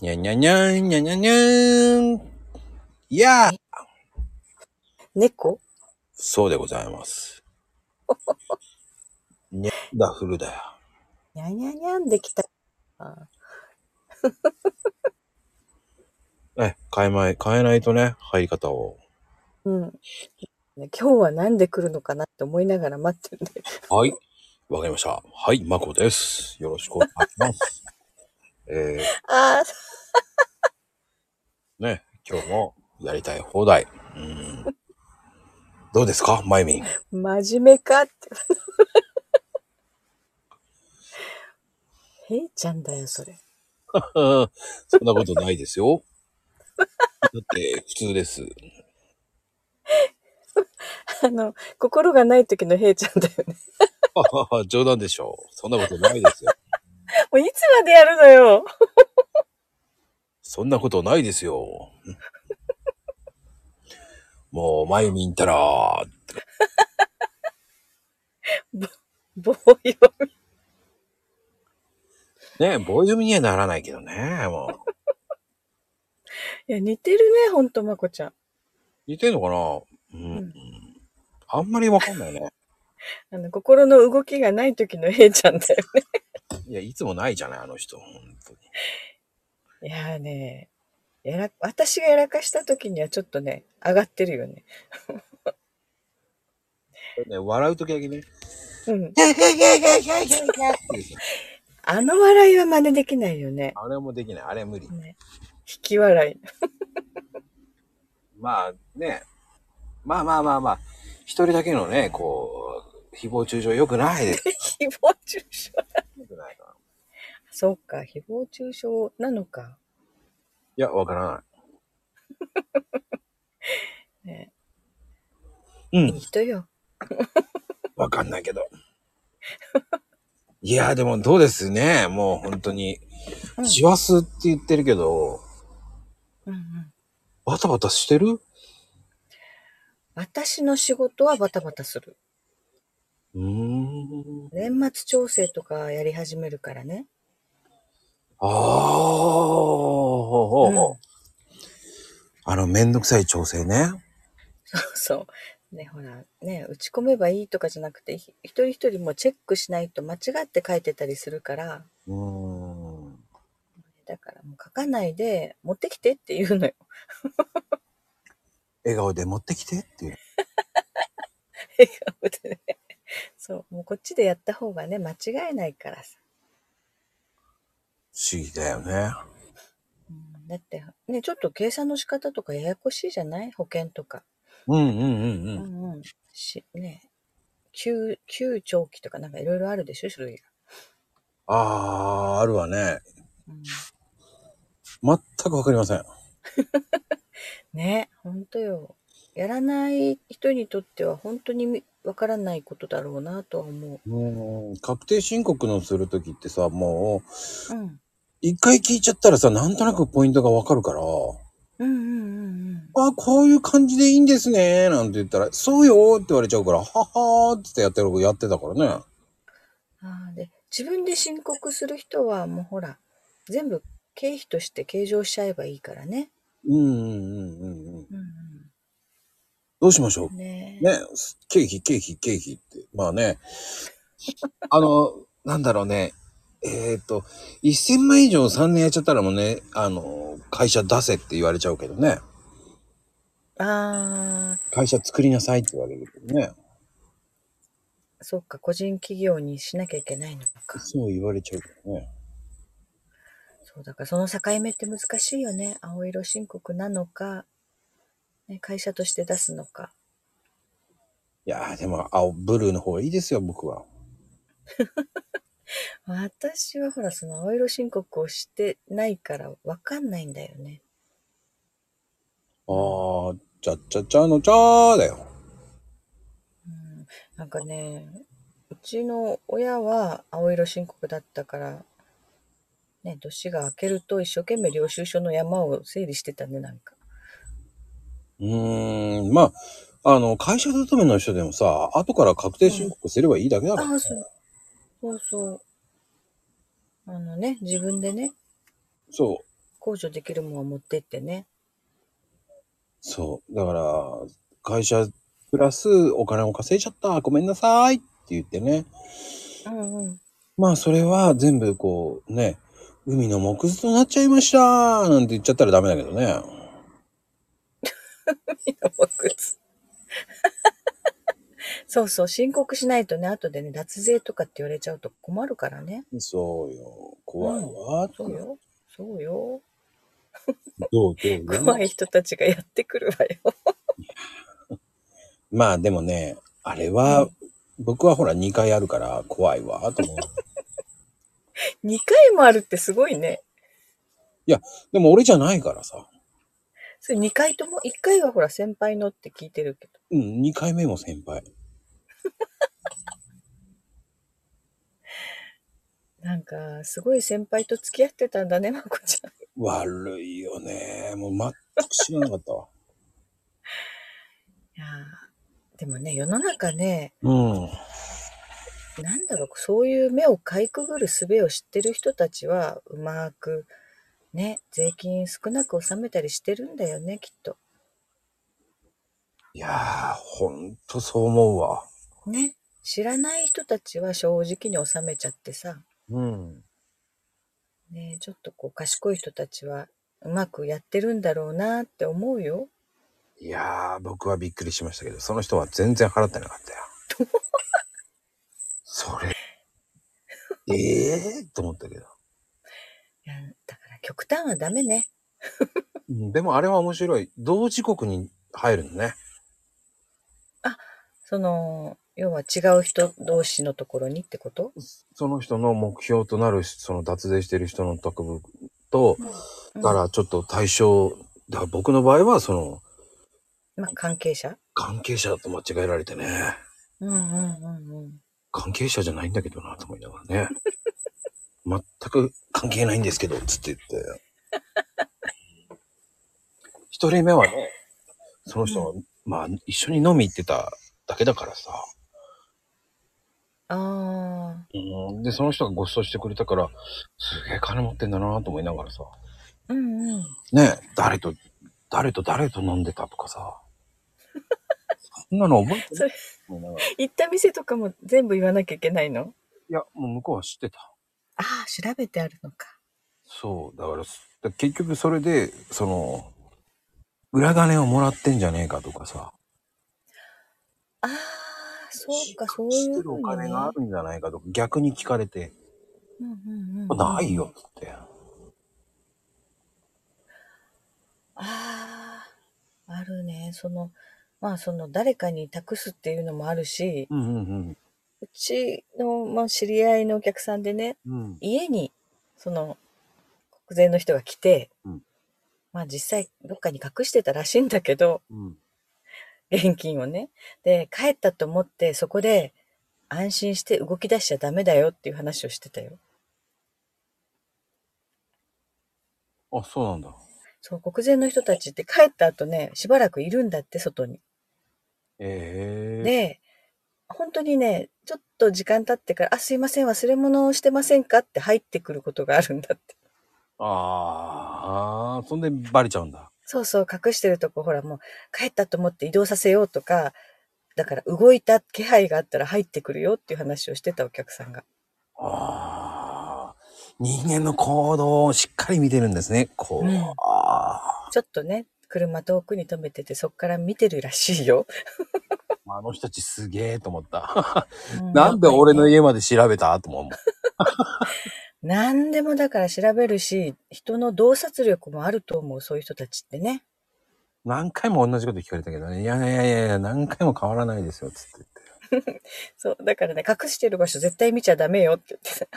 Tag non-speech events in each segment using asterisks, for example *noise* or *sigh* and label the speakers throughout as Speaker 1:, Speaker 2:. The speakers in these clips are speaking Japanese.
Speaker 1: にゃにゃにゃん、にゃにゃにゃーん。いやー
Speaker 2: 猫
Speaker 1: そうでございます。にゃんだフルだよ。
Speaker 2: にゃんにゃんにゃんできた。あ
Speaker 1: え、変えまい、変えないとね、入り方を。
Speaker 2: うん。今日はなんで来るのかなって思いながら待ってるんで。
Speaker 1: はい。わかりました。はい、まこです。よろしくお願いします。え
Speaker 2: *laughs* ああ、
Speaker 1: ー、ね、今日もやりたい放題。うん。どうですかまゆみん。
Speaker 2: 真面目かって。 *laughs* へいちゃんだよ、それ。
Speaker 1: うんそんなことないですよ。だって、普通です。
Speaker 2: あの、心がない時のへいちゃんだよね。 *laughs*
Speaker 1: ははは冗談でしょう。そんなことないですよ。
Speaker 2: もういつまでやるのよ。
Speaker 1: そんなことないですよ。 *laughs* もう、まゆみんたら、
Speaker 2: 棒読み。
Speaker 1: ね、棒読みにはならないけどね、もう。
Speaker 2: いや、似てるね、ほんと、まこちゃん。
Speaker 1: 似てんのかなうん。
Speaker 2: うん
Speaker 1: あんまりわかんないね。
Speaker 2: あの、心の動きがない時のへいちゃんだよね。
Speaker 1: いや、いつもないじゃない、あの人。本当に。
Speaker 2: *laughs* いやーね、やら、私がやらかした時にはちょっとね、上がってるよね。
Speaker 1: ね、笑うときだけね。 *laughs*
Speaker 2: うん。
Speaker 1: っていう
Speaker 2: あの笑いは真似できないよね。
Speaker 1: あれもできない、あれ無理。
Speaker 2: ね引き笑い。
Speaker 1: まあね、まあまあまあまあ、一人だけのね、こう、誹謗中傷良くないです。
Speaker 2: 誹謗中傷。
Speaker 1: 良くないかな
Speaker 2: そうか、誹謗中傷なのか。
Speaker 1: いや、わからな
Speaker 2: *laughs* ね、
Speaker 1: い。う
Speaker 2: いい
Speaker 1: ん、
Speaker 2: 人よ。
Speaker 1: わかんないけど。いや、でもどうですね、もう本当に。
Speaker 2: うん
Speaker 1: 師走って言ってるけど、
Speaker 2: うんうん、
Speaker 1: バタバタしてる
Speaker 2: 私の仕事はバタバタする。
Speaker 1: うーん。
Speaker 2: 年末調整とかやり始めるからね。
Speaker 1: ああ、
Speaker 2: うん
Speaker 1: あの、めんどくさい調整ね。
Speaker 2: そう。ね、ほら、ね、打ち込めばいいとかじゃなくて、ひ一人一人もチェックしないと間違って書いてたりするから、
Speaker 1: うーん。
Speaker 2: だからもう書かないで、持ってきてって言うのよ。 *laughs*
Speaker 1: 笑顔で持ってきてっていう。
Speaker 2: 笑顔でね。そう、もうこっちでやった方がね、間違えないからさ。
Speaker 1: 不思議だよね。
Speaker 2: うんだって、ね、ちょっと計算の仕方とかややこしいじゃない保険とか。
Speaker 1: うんうんうんうん。
Speaker 2: んうん。し、ね、急、急長期とかなんかいろいろあるでしょ、種類が。
Speaker 1: ああ、あるわね。
Speaker 2: うん、
Speaker 1: 全くわかりません。
Speaker 2: ね、ほんとよ。やらない人にとっては本当にみわからないことだろうなとは思
Speaker 1: うん、確定申告のするときってさ、もう、
Speaker 2: う。うん。
Speaker 1: 一回聞いちゃったらさ、なんとなくポイントがわかるから、
Speaker 2: うんうんうんうん。
Speaker 1: あこういう感じでいいんですね、なんて言ったら、そうよーって言われちゃうから、ははーってやってる、やってたからね。
Speaker 2: ああ、で、自分で申告する人はもうほら、全部経費として計上しちゃえばいいからね。
Speaker 1: うんうんうんうんうん。
Speaker 2: うん
Speaker 1: どうしましょう
Speaker 2: うん。ね
Speaker 1: ね、経費、経費、経費って。まあね、あの、なんだろうね、えっ、と、1000万以上3年やっちゃったらもうね、あの、会社出せって言われちゃうけどね、
Speaker 2: ああ、
Speaker 1: 会社作りなさいって言われるけどね、
Speaker 2: そうか、個人企業にしなきゃいけないのか。
Speaker 1: そう言われちゃうけどね。
Speaker 2: そう、だからその境目って難しいよね。青色申告なのか、ね、会社として出すのか。
Speaker 1: いやー、でも、青、ブルーの方がいいですよ、僕は。
Speaker 2: 私はほら、その青色申告をしてないからわかんないんだよね。
Speaker 1: あー、ちゃっちゃっちゃのちゃーだよ。
Speaker 2: うん、なんかね、うちの親は青色申告だったから、ね、年が明けると一生懸命領収書の山を整理してたね、なんか。
Speaker 1: うーん、まあ、あの、会社勤めの人でもさ、後から確定申告すればいいだけだから。
Speaker 2: ああ、そう。そうそう。あのね、自分でね、
Speaker 1: そう。
Speaker 2: 控除できるもんは持ってってね。
Speaker 1: そう。だから、会社プラスお金を稼いちゃった。ごめんなさいって言ってね。
Speaker 2: うんうん。
Speaker 1: まあ、それは全部こう、ね、海の木図となっちゃいましたなんて言っちゃったらダメだけどね。
Speaker 2: 靴。 *laughs* そうそう、申告しないとね、後でね、脱税とかって言われちゃうと困るからね。
Speaker 1: そうよ。怖いわ。
Speaker 2: そうよ。そうよ。
Speaker 1: どうどう
Speaker 2: 怖い人たちがやってくるわよ。
Speaker 1: まあ、でもね、あれは、
Speaker 2: うん
Speaker 1: 僕はほら2回あるから怖いわと思う。
Speaker 2: 2回もあるってすごいね。
Speaker 1: でも俺じゃないからさ。
Speaker 2: それ2回とも、1回はほら先輩のって聞いてるけど。
Speaker 1: うん、2回目も先輩。
Speaker 2: なんか、すごい先輩と付き合ってたんだね、まこちゃん。
Speaker 1: 悪いよね。もう全く知らなかったわ。
Speaker 2: いやーでもね、世の中ね、
Speaker 1: *laughs* うん。
Speaker 2: なんだろう、そういう目をかいくぐる術を知ってる人たちは、うまく、ね、税金少なく納めたりしてるんだよね、きっと。
Speaker 1: いやー、ほんとそう思うわ。
Speaker 2: ね。知らない人たちは正直に納めちゃってさ、
Speaker 1: うん。
Speaker 2: ね、ちょっとこう、賢い人たちは、うまくやってるんだろうなって思うよ。
Speaker 1: いやー、僕はびっくりしましたけど、その人は全然払ってなかったよ。 *laughs* それ。ええー、と思ったけど。
Speaker 2: いやだから極端はダメね。
Speaker 1: うんでもあれは面白い。同時刻に入るのね。
Speaker 2: その、要は違う人同士のところにってこと
Speaker 1: その人の目標となる、その脱税してる人の宅部と、
Speaker 2: うん
Speaker 1: だからちょっと対象、だから僕の場合はその、
Speaker 2: まあ、関係者
Speaker 1: 関係者だと間違えられてね。
Speaker 2: うんうんうんうん。
Speaker 1: 関係者じゃないんだけどなと思いながらね *laughs* 全く関係ないんですけどつって言って一人目はねその人は、まあ一緒に飲み行ってただけだからさ、
Speaker 2: あ
Speaker 1: うん、でその人がご馳走してくれたからすげえ金持ってんだなと思いながらさ
Speaker 2: あ、うんうん。
Speaker 1: ねえ誰と誰と誰と飲んでたとかさそんなの覚えて
Speaker 2: そ
Speaker 1: る
Speaker 2: れ
Speaker 1: 思いながらい
Speaker 2: 行った店とかも全部言わなきゃいけないの
Speaker 1: やもう向こうは知ってた
Speaker 2: ああ、調べてあるのか。
Speaker 1: そうだからすだ結局それでその裏金をもらってんじゃねえかとかさ
Speaker 2: ああ、そうか、そう
Speaker 1: 知
Speaker 2: い
Speaker 1: っ
Speaker 2: う
Speaker 1: て
Speaker 2: ふ
Speaker 1: る
Speaker 2: う
Speaker 1: お
Speaker 2: に、ね
Speaker 1: 金があるんじゃないかとか逆に聞かれて
Speaker 2: うんうんう
Speaker 1: 「
Speaker 2: んうん。
Speaker 1: な
Speaker 2: あ
Speaker 1: いよ」って
Speaker 2: あ、あるね。その、まあ、その、誰かに託すっていうのもあるし、
Speaker 1: うんうん
Speaker 2: うちの、まあ、知り合いのお客さんでね、
Speaker 1: うんうん
Speaker 2: 家に、その、国税の人が来て、
Speaker 1: うん
Speaker 2: まあ、実際、どっかに隠してたらしいんだけど、
Speaker 1: うん
Speaker 2: *laughs* 現金をね。で、帰ったと思って、そこで安心して動き出しちゃダメだよっていう話をしてたよ。
Speaker 1: あそうなんだ
Speaker 2: そう、国税の人たちって帰った後ね、しばらくいるんだって、外に。
Speaker 1: ええ
Speaker 2: で、本当にね、ちょっと時間経ってから、あ、すいません、忘れ物をしてませんかって入ってくることがあるんだって。
Speaker 1: ああそんでバレちゃうんだ
Speaker 2: そうそう、隠してるとこ、ほら、もう、帰ったと思って移動させようとか、だから動いた気配があったら入ってくるよっていう話をしてたお客さんが。
Speaker 1: ああ人間の行動をしっかり見てるんですねこう、
Speaker 2: うん
Speaker 1: あ
Speaker 2: ちょっとね、車遠くに止めてて、そっから見てるらしいよ。
Speaker 1: ーあの人たちすげえと思った
Speaker 2: う
Speaker 1: なんで俺
Speaker 2: やっぱりね
Speaker 1: の家まで調べたとも思う
Speaker 2: 何でもだから調べるし、人の洞察力もあると思う、そういう人たちってね。
Speaker 1: 何回も同じこと聞かれたけどね、いやいやいやいや、何回も変わらないですよ、つって言って。
Speaker 2: そう、だからね、隠してる場所絶対見ちゃダメよって言ってた。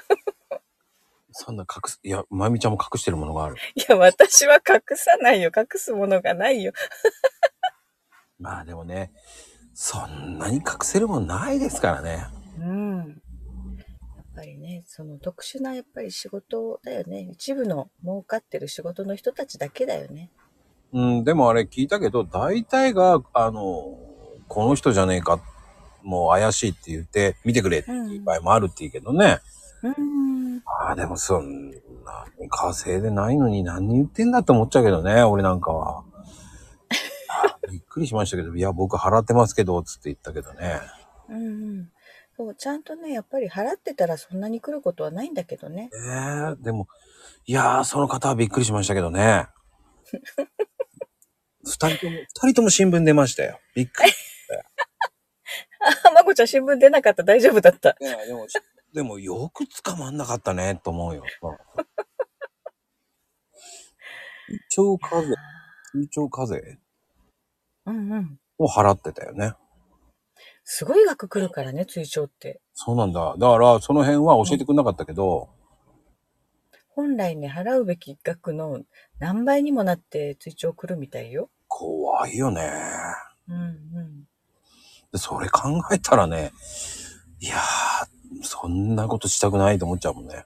Speaker 1: そんな隠す、いや、まゆみちゃんも隠してるものがある。
Speaker 2: *laughs* いや、私は隠さないよ。隠すものがないよ。
Speaker 1: まあでもね、そんなに隠せるもんないですからね。
Speaker 2: うん。やっぱりね、その特殊なやっぱり仕事だよね。一部の儲かってる仕事の人たちだけだよね。
Speaker 1: うん、でもあれ聞いたけど、大体が、あの、この人じゃねえか、もう怪しいって言って、見てくれっていう場合もあるって言うけどね。
Speaker 2: うん。
Speaker 1: ああ、でもそん何稼いでないのに何言ってんだって思っちゃうけどね、俺なんかは。 *laughs* びっくりしましたけど、いや、僕払ってますけど、つって言ったけどね。
Speaker 2: うんうん。そう、ちゃんとね、やっぱり払ってたらそんなに来ることはないんだけどね。 *laughs*
Speaker 1: えー、でも、いやー、その方はびっくりしましたけどね。 *laughs* 二人とも、二人とも新聞出ましたよ。びっくり。
Speaker 2: あ、まこちゃん新聞出なかった。大丈夫だった。
Speaker 1: *laughs* いやでも、 *laughs* でもよく捕まんなかったね、と思うよ。 *laughs* 一応課税、一応課税
Speaker 2: うんうん。
Speaker 1: を払ってたよね。
Speaker 2: すごい額来るからね、追徴って。
Speaker 1: そうなんだ。だから、その辺は教えてくれなかったけど、
Speaker 2: 本来ね、払うべき額の何倍にもなって追徴来るみたいよ。
Speaker 1: 怖いよね。
Speaker 2: うんうん。
Speaker 1: でそれ考えたらね、いやー、そんなことしたくないと思っちゃうもんね。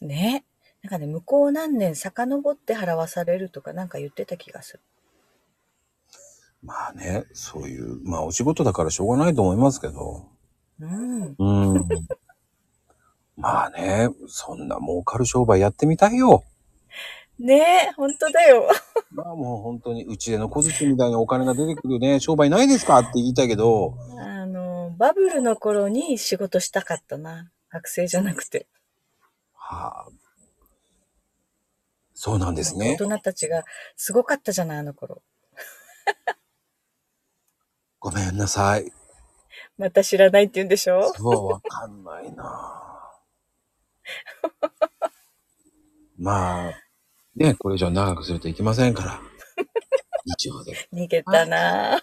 Speaker 2: ね。なんかね、向こう何年遡って払わされるとかなんか言ってた気がする。
Speaker 1: まあね、そういう、まあお仕事だからしょうがないと思いますけど。
Speaker 2: うん。
Speaker 1: うん。まあね、そんな儲かる商売やってみたいよ。
Speaker 2: ねえ、本当だよ。
Speaker 1: まあもう本当に、うちでの小槌みたいなお金が出てくるね、商売ないですかって言いたいけど、
Speaker 2: あの、バブルの頃に仕事したかったな。学生じゃなくて。
Speaker 1: はあ、そうなんです
Speaker 2: 大
Speaker 1: ね。
Speaker 2: 人たちがすごかったじゃない、あの頃。
Speaker 1: ごめんなさい。
Speaker 2: また知らないって言うんでしょ
Speaker 1: そう、わかんない *laughs* な。まあ、ね、これ以上長くするといけませんから。以上で。
Speaker 2: 逃げたな。